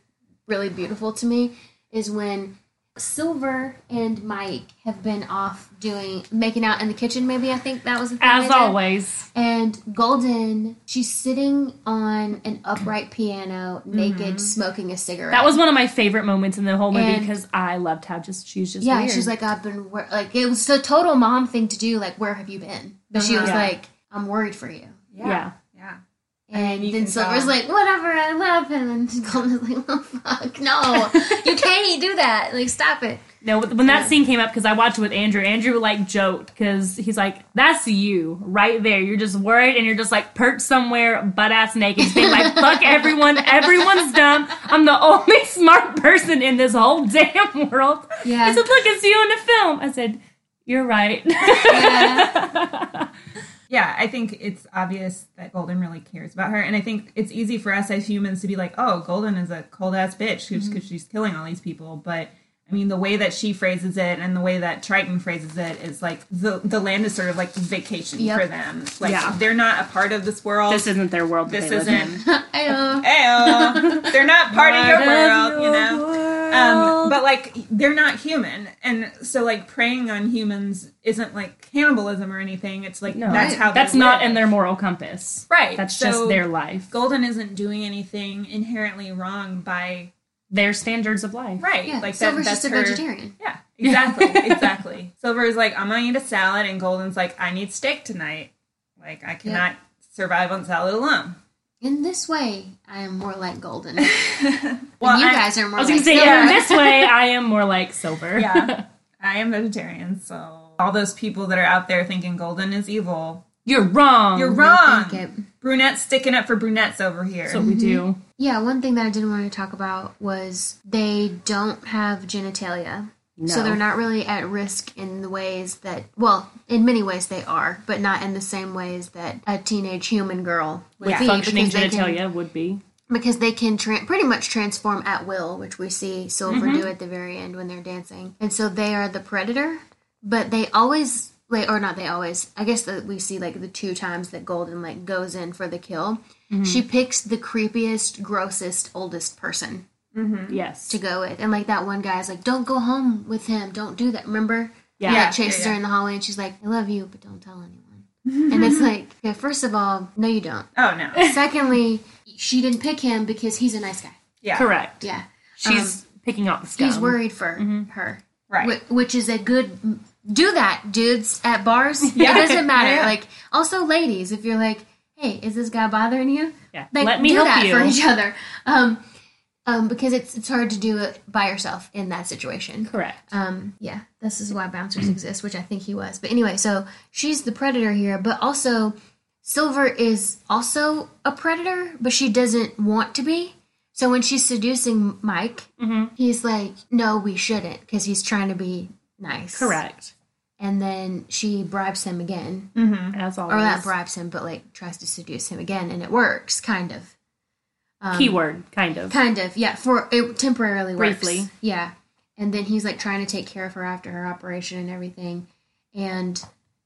really beautiful to me is when Silver and Mike have been off doing making out in the kitchen. Maybe I think that was the thing As they did. always. And Golden, she's sitting on an upright piano, naked, smoking a cigarette. Mm-hmm. That was one of my favorite moments in the whole movie And- because I loved how just she was just Yeah, weird. she's like, I've been wor-, like, it was a total mom thing to do. Like, where have you been? But she was Uh-huh. Yeah. like, I'm worried for you. yeah. Yeah. And you then can Silver's tell. like, whatever, I love him. And Golden's like, well, fuck, no, you can't do that. Like, stop it. No, when that scene came up because I watched it with Andrew. Andrew like joked because he's like, "That's you right there. You're just worried and you're just like perched somewhere, butt ass naked, being like, fuck everyone. Everyone's dumb. I'm the only smart person in this whole damn world." Yeah. I said, "Look, it's you in the film." I said, "You're right." Yeah, I think it's obvious that Golden really cares about her. And I think it's easy for us as humans to be like, oh, Golden is a cold ass bitch Mm-hmm. because she's killing all these people. But I mean, the way that she phrases it and the way that Triton phrases it is like the, the land is sort of like vacation Yep. for them. Like, Yeah. they're not a part of this world. this isn't their world. that This they live in. isn't. I know. Ayo. they're not part of your Part world, of you your know? Um, world. but like they're not human, and so like preying on humans isn't like cannibalism or anything. It's like no, that's how they that's not live. in their moral compass. Right. That's So- just their life, Golden isn't doing anything inherently wrong by their standards of life. right. Yeah, like that- Silver's that's just a her- vegetarian. Yeah, exactly, exactly. Silver's like, I'm gonna eat a salad, and Golden's like, I need steak tonight. Like I cannot survive on salad alone. In this way, I am more like Golden. And Well, you I- guys are more I was like gonna say, Silver. in this way, I am more like silver. Yeah. I am vegetarian, so all those people that are out there thinking Golden is evil, You're wrong. you're wrong. think it. Brunettes sticking up for brunettes over here. That's what we do. Yeah, one thing that I didn't want to talk about was they don't have genitalia. So No. they're not really at risk in the ways that, well, in many ways they are, but not in the same ways that a teenage human girl would With be. functioning because they genitalia Can, would be. because they can tran pretty much transform at will, which we see Silver Mm-hmm. do at the very end when they're dancing. And so they are the predator, but they always, like, or not they always, I guess that we see like the two times that Golden like goes in for the kill. Mm-hmm. She picks the creepiest, grossest, oldest person Yes. to go with. And like that one guy's like, don't go home with him. Don't do that. Remember? Yeah. He, like, Yeah. chases her in the hallway and she's like, I love you, but don't tell anyone. and it's like, okay, first of all, no, you don't. Oh no. Secondly, she didn't pick him because he's a nice guy. Yeah. Correct. Yeah. Um, She's Mm-hmm. picking up the scum. He's worried for her. Right. Wh- Which is a good. Do that, dudes, at bars. Yeah. It doesn't matter. Yeah. Like, also, ladies, if you're like, hey, is this guy bothering you? Yeah. like Let me do help that you. for each other um um because it's it's hard to do it by yourself in that situation Correct. um yeah this is why bouncers exist which i think he was but anyway so she's the predator here but also silver is also a predator but she doesn't want to be so when she's seducing mike he's like no we shouldn't because he's trying to be nice Correct. and then she bribes him again As always. mm-hmm. or not bribes him but like tries to seduce him again and it works kind of Keyword, kind of. um, Kind of, yeah. For it temporarily works. Briefly. yeah. And then he's like trying to take care of her after her operation and everything. And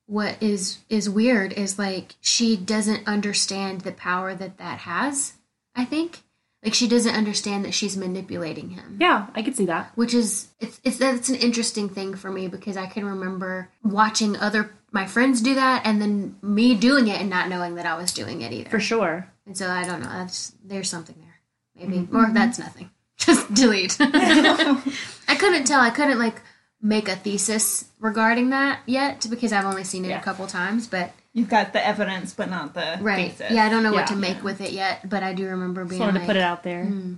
what is is weird is like she doesn't understand the power that that has. I think, like she doesn't understand that she's manipulating him Yeah, I could see that. which is it's it's that's an interesting thing for me because I can remember watching other my friends do that and then me doing it and not knowing that I was doing it either. For sure. And so I don't know. That's there's something there, maybe, Mm-hmm. or that's nothing. Just delete. I couldn't tell. I couldn't like make a thesis regarding that yet because I've only seen it Yeah. a couple times. But You've got the evidence, but not the right, thesis. yeah, I don't know what to Yeah. make with it yet. But I do remember being Just wanted like, to put it out there. Mm.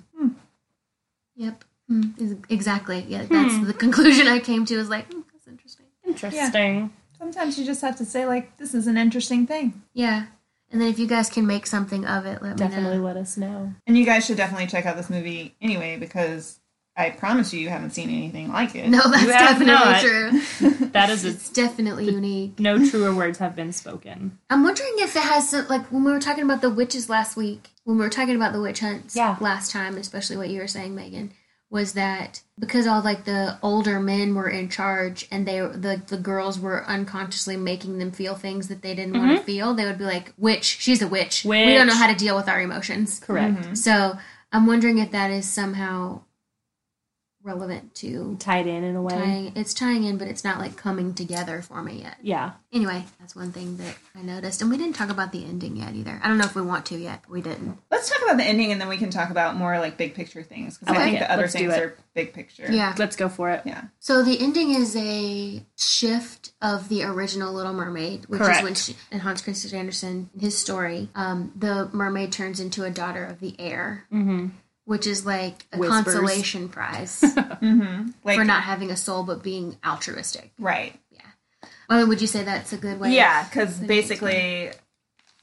Yep, Hmm. mm, is- exactly. Yeah, "Hmm, that's the conclusion I came to. Is like mm, that's interesting. Interesting. Sometimes you just have to say like, "This is an interesting thing," Yeah. And then if you guys can make something of it, let me Definitely know. let us know. And you guys should definitely check out this movie anyway because I promise you, you haven't seen anything like it. No, that's have definitely not. true. That is It's definitely unique. no truer words have been spoken. I'm wondering if it has some, like when we were talking about the witches last week, when we were talking about the witch hunts Yeah. last time, especially what you were saying, Megan, was that because all like the older men were in charge and they the the girls were unconsciously making them feel things that they didn't want to feel, they would be like, "Witch, she's a witch. We don't know Mm-hmm. Witch. Mm-hmm. how to deal with our emotions." Correct. So I'm wondering if that is somehow relevant to Tied in in a way. tying. It's tying in, but it's not like coming together for me yet. Yeah. Anyway, that's one thing that I noticed. And we didn't talk about the ending yet either. I don't know if we want to yet, but we didn't. Let's talk about the ending and then we can talk about more like big picture things because Okay. I think the other Let's do things it. are big picture. Yeah. Let's go for it. Yeah. So the ending is a shift of the original Little Mermaid, which is when Correct. she, and Hans Christian Andersen, in his story, um, the mermaid turns into a daughter of the air, Mm-hmm. which is like a Whispers. consolation prize Mm-hmm. Like, for not having a soul but being altruistic. right. I mean, would you say that's a good way? Yeah, because basically,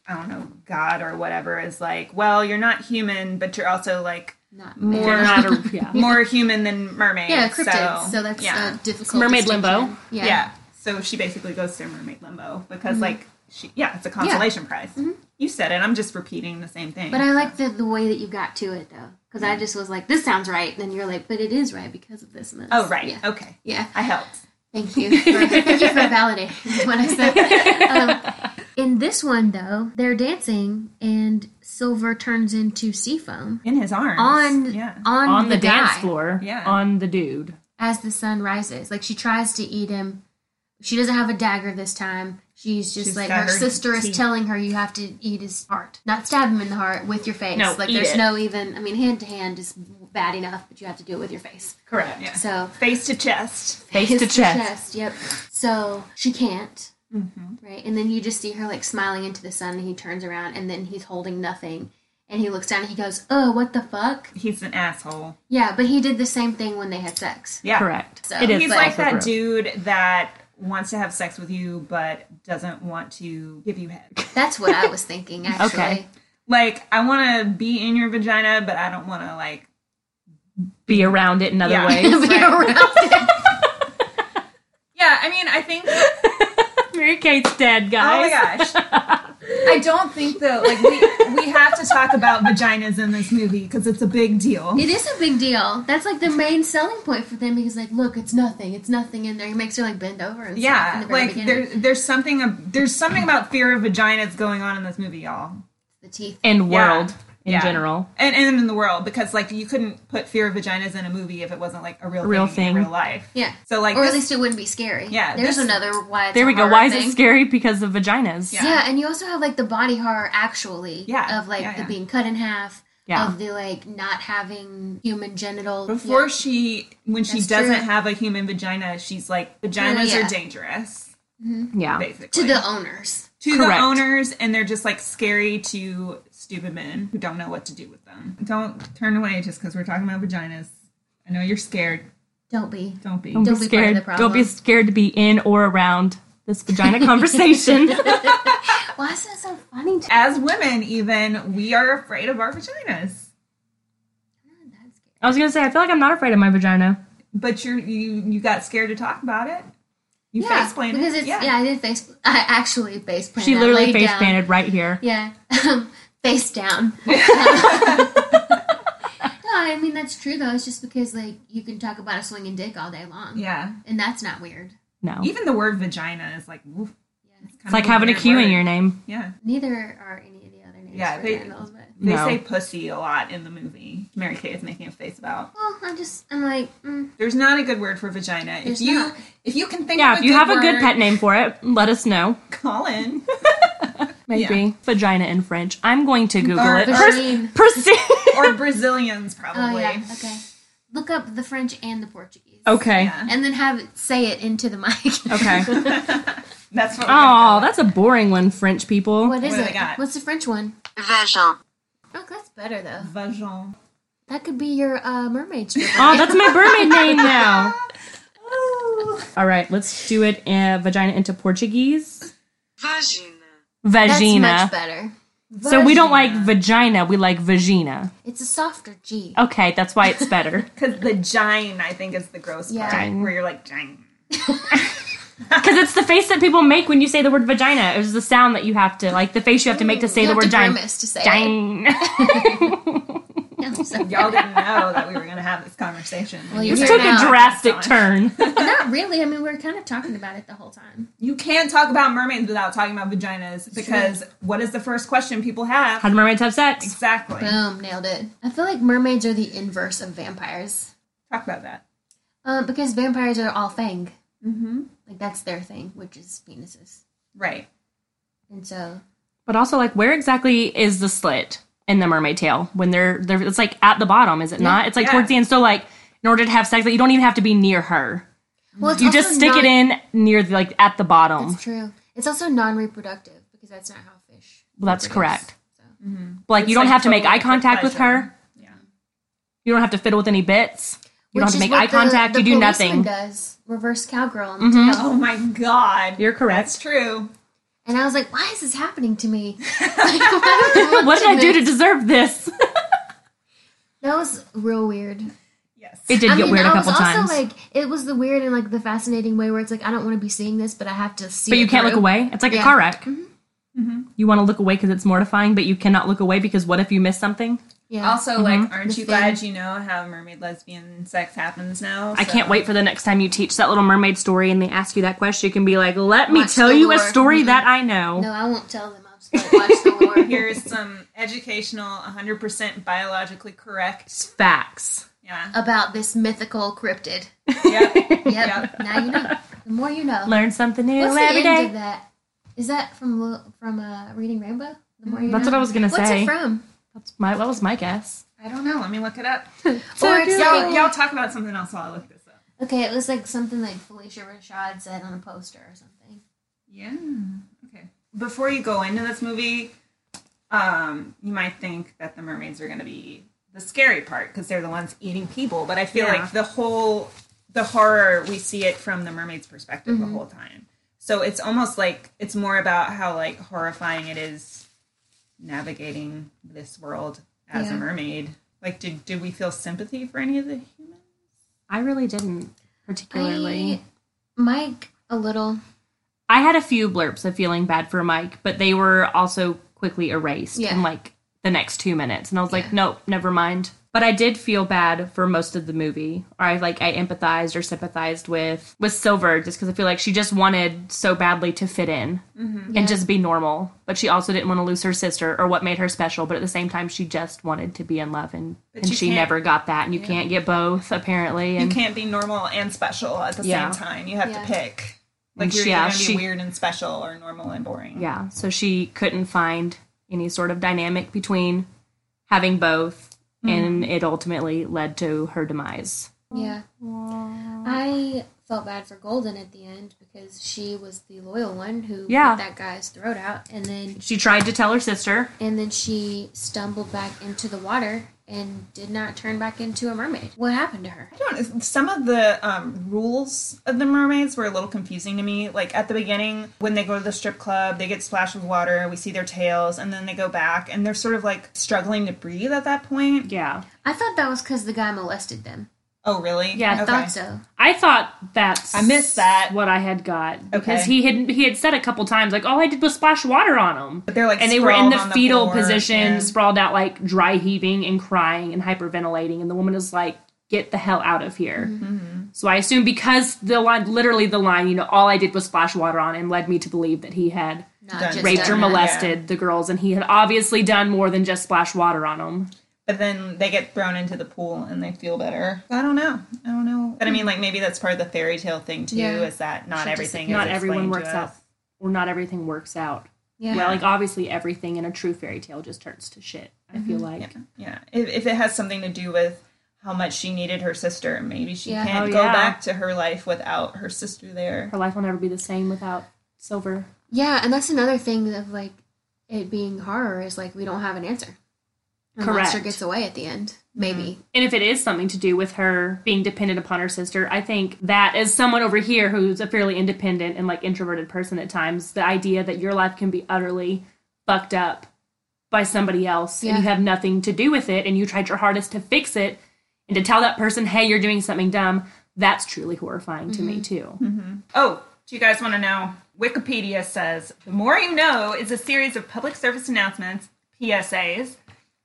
I don't know, God or whatever is like, well, you're not human, but you're also like Not More- fair. We're not a, yeah. more human than mermaid. Yeah, cryptids. So, that's yeah. a difficult. mermaid distinction. limbo. yeah. So she basically goes through mermaid limbo because Mm-hmm. like she yeah, it's a consolation prize. You said it. I'm just repeating the same thing. But I like the, the way that you got to it though, because I just was like, this sounds right. And then you're like, but it is right because of this and this. Oh right. Yeah. Okay. Yeah. I helped. Thank you. For, thank you for validating what I said. Um, in this one though, they're dancing and Silver turns into sea foam In his arms. on yeah. on, On the, dance guy floor. Mm-hmm. Yeah. On the dude. as the sun rises. Like she tries to eat him. She doesn't have a dagger this time. She's just She's like got her, her sister is teeth. telling her you have to eat his heart, not stab him in the heart with your face. No, like eat there's it. no even. I mean, hand to hand is bad enough, but you have to do it with your face. Correct. Yeah. So Face to chest. Face his to chest. Yep. So she can't. Right, and then you just see her like smiling into the sun, and he turns around, and then he's holding nothing, and he looks down, and he goes, "Oh, what the fuck?" He's an asshole. Yeah, but he did the same thing when they had sex. Yeah. Correct. So- it is. He's But- like also that gross. dude that wants to have sex with you but doesn't want to give you head. That's what I was thinking, actually. Okay. Like I want to be in your vagina but I don't want to like Be around it in other Yeah. ways. Be around it. yeah. I mean, I think Mary Kate's dead, Oh my guys. gosh. I don't think though, like we, we have to talk about vaginas in this movie because it's a big deal. It is a big deal. That's like the main selling point for them because, like, look, it's nothing. It's nothing in there. He makes her like bend over and stuff in yeah, the very like beginning. there, there's something ab- there's something about fear of vaginas going on in this movie, y'all, the teeth. And Yeah. world in Yeah. general. and and in the world because like you couldn't put fear of vaginas in a movie if it wasn't like a real Real thing, in thing. real life. Yeah. So like or at this- least it wouldn't be scary. Yeah, There's this- another why. It's There a we go. horror Why is thing. it scary? Because of vaginas. Yeah. Yeah. and you also have like the body horror actually Yeah. of like Yeah, the yeah. being cut in half, Yeah. of the like not having human genital before Yeah. she when she That's doesn't true. have a human vagina, she's like vaginas Yeah. are dangerous, Yeah. basically to the owners. to the Correct. owners and they're just like scary to stupid men who don't know what to do with them. Don't turn away just because we're talking about vaginas. I know you're scared. Don't be. Don't be. Don't, Don't be part of be scared. the Don't be problem. scared to be in or around this vagina conversation. Why is that so funny? To- As women, even we are afraid of our vaginas. I was gonna say, I feel like I'm not afraid of my vagina. But you're you you got scared to talk about it. You yeah, face planted. because it's yeah. I did face. I actually face planted. She I literally laid face down. planted right here. Yeah, face down. no, I mean that's true though. It's just because like you can talk about a swinging dick all day long, Yeah. and that's not weird. No, Even the word vagina is like. Oof, it's like having a Q in your name. Yeah. Neither are any of the other names Yeah, for they- genitals, but They No. say pussy a lot in the movie. Mary Kay is making a face about. well, I'm just I'm like mm, There's not a good word for vagina. There's if you not. if you can think Yeah, of if you have a good word, pet name for it, let us know. call in. Maybe vagina in French. I'm going to Google Or- it. or- Pers- proceed. or Brazilians probably. oh yeah okay. Look up the French and the Portuguese, okay. Yeah. and then have it say it into the mic. Okay. That's what. we're gonna Oh, go with. that's a boring one, French people. What is What do it? they got? What's the French one? Vagin. Oh, that's better though. vagin. That could be your uh, mermaid stripper. Oh, that's my mermaid name now. All right, let's do it uh, vagina into Portuguese. Vagina. That's Vagina. much better. So we don't like vagina, we like vagina. It's a softer G. Okay, that's why it's better. Because the gine, I think, is the gross Yeah. part Gine. where you're like gine. Because it's the face that people make when you say the word vagina. It's the sound that you have to, like the face you have to make to say you the have word to vagina. grimace to say it. Dang. I'm sorry. Y'all didn't know that we were gonna have this conversation. Well, It you're took a not. drastic turn. Not really. I mean, we are kind of talking about it the whole time. You can't talk about mermaids without talking about vaginas because what is the first question people have? How do mermaids have sex? Exactly. Boom, nailed it. I feel like mermaids are the inverse of vampires. Talk about that. Um, because vampires are all fang. Mm-hmm. Like that's their thing, which is penises. Right. And so But also, like, where exactly is the slit in the mermaid tail when they're they're it's like at the bottom, is it not? It's like Yeah. towards the end. So like, in order to have sex, like, you don't even have to be near her. well, it's You also just stick non- it in near the like at the bottom. Mm-hmm. It's true. It's also non-reproductive because that's not how fish. Well, that's reproduce. correct. Mm-hmm. But, like, you don't like have to make totally eye contact with her. Yeah. You don't have to fiddle with any bits. You Which don't have to is make what eye the- contact. the you do policeman nothing. Mm-hmm. Does reverse cowgirl? on the Oh tail. my god. You're correct. That's true. And I was like, why is this happening to me? Like, why am I What did I do to watching this? deserve this? That was real weird. Yes. It did I get mean, weird a I was couple also times. like, it was the weird and like the fascinating way where it's like, I don't want to be seeing this, but I have to see. but you it can't look through. away. It's like a Yeah. Mm-hmm. car wreck. You want to look away because it's mortifying, but you cannot look away because what if you miss something? Yeah. Also, Mm-hmm. like, aren't The fin. you glad you know how mermaid lesbian sex happens now? I can't wait for the next time you teach that Little Mermaid story and they ask you that question. You can be like, let me Watch tell the you a lore. Mm-hmm. story that I know. no, I won't tell them. I'm just gonna watch the lore. Here's some educational, 100% biologically correct. Facts. Yeah. about this mythical cryptid. Yep. Yep. Now you know. The more you know. Learn something new What's the every end day. of that? Is that from Lo- from uh, Reading Rainbow? The more you That's know. what I was gonna What's say. it from? That's my, that was my guess. I don't know. Let me look it up. Or it's Y'all, like, y'all talk about something else while I look this up. okay, it was like something like Felicia Rashad said on a poster or something. Yeah. Okay. Before you go into this movie, um, you might think that the mermaids are going to be the scary part because they're the ones eating people. But I feel Yeah. like the whole the horror we see it from the mermaid's perspective the whole time. So it's almost like it's more about how like horrifying it is navigating this world as a Yeah. mermaid. Like, did did we feel sympathy for any of the humans? I really didn't particularly. I, Mike, a little. I, had a few blurps of feeling bad for Mike, but they were also quickly erased Yeah. in like the next two minutes. And I was like, Yeah. nope, never mind. But I did feel bad for most of the movie, or I like I empathized or sympathized with with Silver just because I feel like she just wanted so badly to fit in Yeah. and just be normal. But she also didn't want to lose her sister or what made her special. But at the same time, she just wanted to be in love, and, But and you she can't- never got that. And you can't get both apparently. you And can't be normal and special at the Yeah. same time. You have Yeah. to pick. Like And you're she- either yeah, gonna be she- weird and special or normal and boring. yeah, so she couldn't find any sort of dynamic between having both, Mm-hmm. and it ultimately led to her demise. Yeah. I felt bad for Golden at the end because she was the loyal one who Yeah. put that guy's throat out, and then She tried to tell her sister. and then she stumbled back into the water and did not turn back into a mermaid. What happened to her? I don't. Some of the um, rules of the mermaids were a little confusing to me. Like at the beginning, when they go to the strip club, they get splashed with water. We see their tails, and then they go back, and they're sort of like struggling to breathe at that point. Yeah, I thought that was because the guy molested them. Oh, really? Yeah, I I thought so. I thought that's I missed that. what I had got because Okay. he had he had said a couple times like all I did was splash water on him. But they're like, and they were in sprawled the on fetal floor, position, yeah. sprawled out, like dry heaving and crying and hyperventilating. And the woman is like, "Get the hell out of here!" Mm-hmm. So I assume because the line, literally the line, you know, all I did was splash water on him, led me to believe that he had Not Done. just raped done or that. molested the girls, and he had obviously done more than just splash water on them. But then they get thrown into the pool and they feel better. I don't know. I don't know. But I mean, like maybe that's part of the fairy tale thing too. Yeah. Is that not Should everything? just- is Not everyone explained to works us. out, or not everything works out. Yeah. Well, like obviously everything in a true fairy tale just turns to shit. I feel like. Mm-hmm. Yeah. If, if it has something to do with how much she needed her sister, maybe she Yeah. can't Oh, go yeah. back to her life without her sister there. Her life will never be the same without Silver. Yeah, and that's another thing of like it being horror is like we don't have an answer. The monster Correct. Mm-hmm. gets away at the end. Maybe. And if it is something to do with her being dependent upon her sister, I think that as someone over here who's a fairly independent and like introverted person at times, the idea that your life can be utterly fucked up by somebody else and you Yeah. have nothing to do with it and you tried your hardest to fix it and to tell that person, hey, you're doing something dumb, that's truly horrifying to Mm-hmm. me too. Oh, do you guys want to know? Wikipedia says The More You Know is a series of public service announcements, PSAs,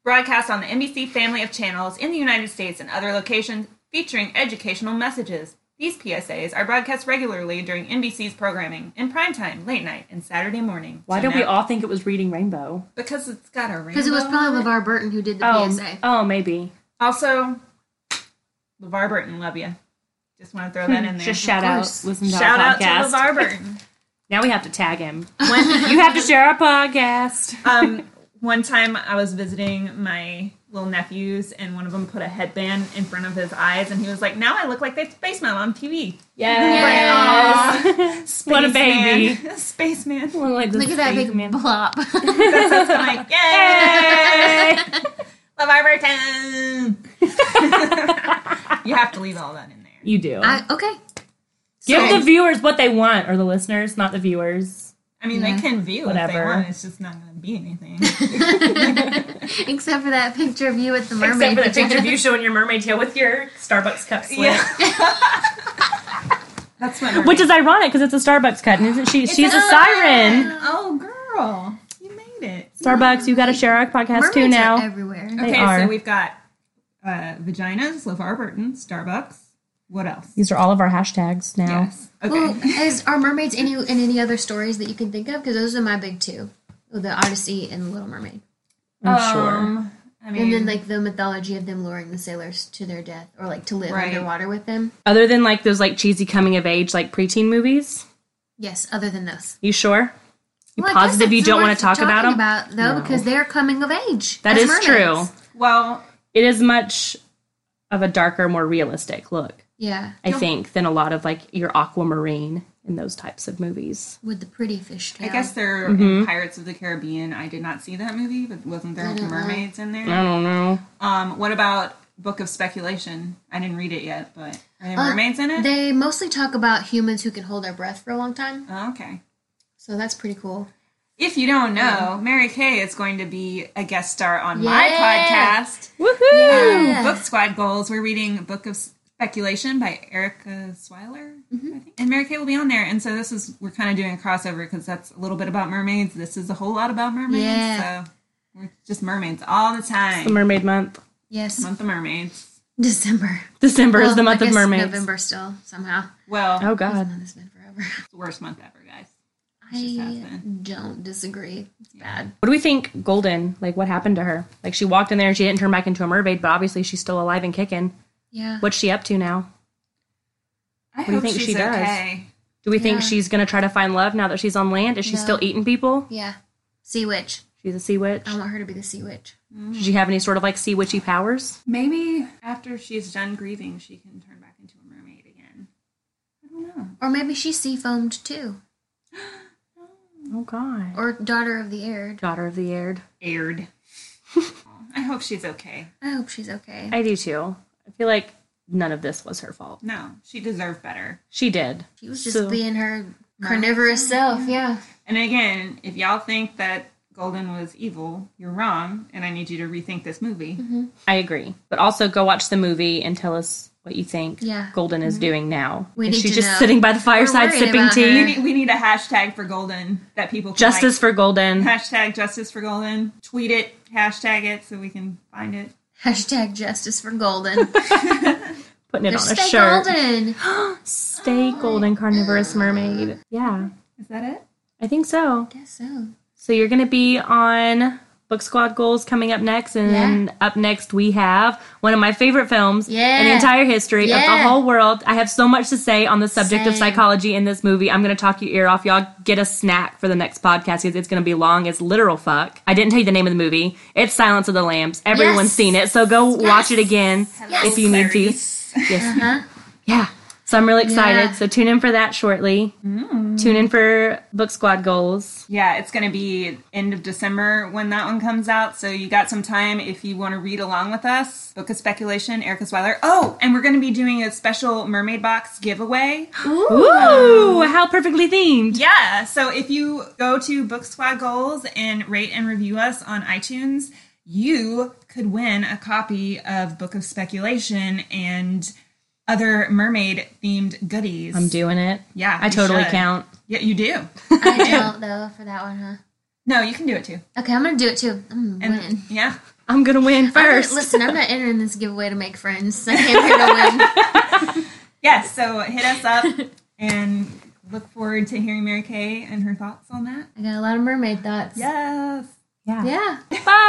broadcast on the NBC family of channels in the United States and other locations featuring educational messages. These PSAs are broadcast regularly during NBC's programming in primetime, late night, and Saturday morning. Why So don't we now- all think it was Reading Rainbow? Because it's got a rainbow. Because it was probably on it. LeVar Burton who did the Oh, PSA. oh, maybe. Also, LeVar Burton, love you. Just want to throw that in there. Hmm. Just shout out. course. Listen to Shout our out to podcast. LeVar Burton. Now we have to tag him. you have to share our podcast. um, one time I was visiting my little nephews, and one of them put a headband in front of his eyes, and he was like, "Now I look like that space mom on TV." Yes. what a baby. Man. spaceman. That's Look at that big blob. I'm like, yay! LeVar Burton. you have to leave all that in there. You do. I, okay. Give So- the viewers what they want, or the listeners, not the viewers. I mean, they can view if they Whatever. want. It's just not going to be anything. Except for that picture of you with the mermaid. pajamas. showing your mermaid tail with your Starbucks cup That's what. Which is ironic because it's a Starbucks cut, and isn't she? she's a siren. Oh, girl, you made it. Starbucks, you got to share our podcast too Mermaids are now. everywhere. They Okay, are. so we've got uh, vaginas, LeVar Burton, Starbucks. What else? These are all of our hashtags now. Yes. Okay. Well, is are mermaids any in any other stories that you can think of? Because those are my big two: the Odyssey and the Little Mermaid, I'm sure. Um, I mean, and Mm. then like the mythology of them luring the sailors to their death or like to live Right. underwater with them. Other than like those like cheesy coming of age like preteen movies, Yes, other than those. you sure? You Well, I guess positive it's you don't want worth to talk about talking them? about though because they're coming of age. That as is true. mermaids. well, It is much of a darker, more realistic look. Yeah, I think, than a lot of like your aquamarine and those types of movies. with the pretty fish tail. I guess they're Mm-hmm. in Pirates of the Caribbean. I did not see that movie, but wasn't there mermaids in there? I don't know. Um, what about Book of Speculation? I didn't read it yet, but are there Uh, mermaids in it? They mostly talk about humans who can hold their breath for a long time, oh, okay. so that's pretty cool. If you don't know, Mary Kay is going to be a guest star on Yeah. my podcast. Woohoo! Yeah. Book Squad goals. We're reading Book of Speculation by Erica Swiler, Mm-hmm. I think. and Mary Kay will be on there. And so this is we're kind of doing a crossover because that's a little bit about mermaids. This is a whole lot about mermaids. Yeah. So we're just mermaids all the The time. Mermaid Month. Yes, Month of mermaids. December. December Well, is the month I of guess mermaids. November still somehow. Well, Oh This God! month has been forever. it's the worst month ever, guys. just I happened. don't disagree. It's bad. What do we think, Golden? Like, what happened to her? Like, she walked in there and she didn't turn back into a mermaid, but obviously she's still alive and kicking. Yeah. What's she up to now? I do you think she does? okay. Do we think Yeah. she's gonna try to find love now that she's on land? Is she No. still eating people? Yeah. Sea witch. She's a sea witch. I want her to be the sea witch. Does she have any sort of like sea witchy powers? Maybe after she's done grieving, she can turn back into a mermaid again. I don't know. Or maybe she's sea foamed too. Oh God! Or daughter of the air. Daughter of the Air. Aired. I hope she's okay. I hope she's okay. I do too. I feel like none of this was her fault. No, she deserved better. She did. She was just So- being her carnivorous self. Yeah. And again, if y'all think that Golden was evil, you're wrong, and I need you to rethink this movie. I agree. But also go watch the movie and tell us what you think Yeah. Mm-hmm. Golden is doing now. We is need she to just know. sitting by the fireside worried sipping about tea? her. We need, we need a hashtag for Golden that people can Justice for Golden. like. hashtag Justice for Golden. Tweet it, hashtag it, so we can find it. Hashtag justice for golden. Putting They're it on a stay shirt. golden. Stay golden, carnivorous mermaid. Yeah, Is that it? I think so. Guess so. So you're going to be on Book Squad Goals coming up next. And then up next, we have one of my favorite films in the Yeah. entire history of Yeah. the whole world. I have so much to say on the subject of Same. psychology in this movie. I'm going to talk your ear off. Y'all get a snack for the next podcast because it's going to be long. It's literal fuck. I didn't tell you the name of the movie. It's Silence of the Lambs. Everyone's Yes. seen it. So go watch it again if you need to. Clarice. Yes. Yeah. So I'm really excited. Yeah. So tune in for that shortly. Mm. Tune in for Book Squad goals. Yeah, it's going to be end of December when that one comes out. So you got some time if you want to read along with us. Book of Speculation, Erica Swiler. Oh, and we're going to be doing a special Mermaid Box giveaway. Ooh, how perfectly themed. Yeah, so if you go to Book Squad Goals and rate and review us on iTunes, you could win a copy of Book of Speculation and other mermaid themed goodies. I'm doing it. Yeah, I you totally should. count. Yeah, you do. I don't though for that one, huh? No, you can do it too. Okay, I'm gonna do it too. I'm gonna win. Yeah. I'm gonna win I'm not- first. listen, I'm not entering this giveaway to make friends. I came here to win. Yes, so hit us up and look forward to hearing Mary Kay and her thoughts on that. I got a lot of mermaid thoughts. Yes. Yeah. Bye.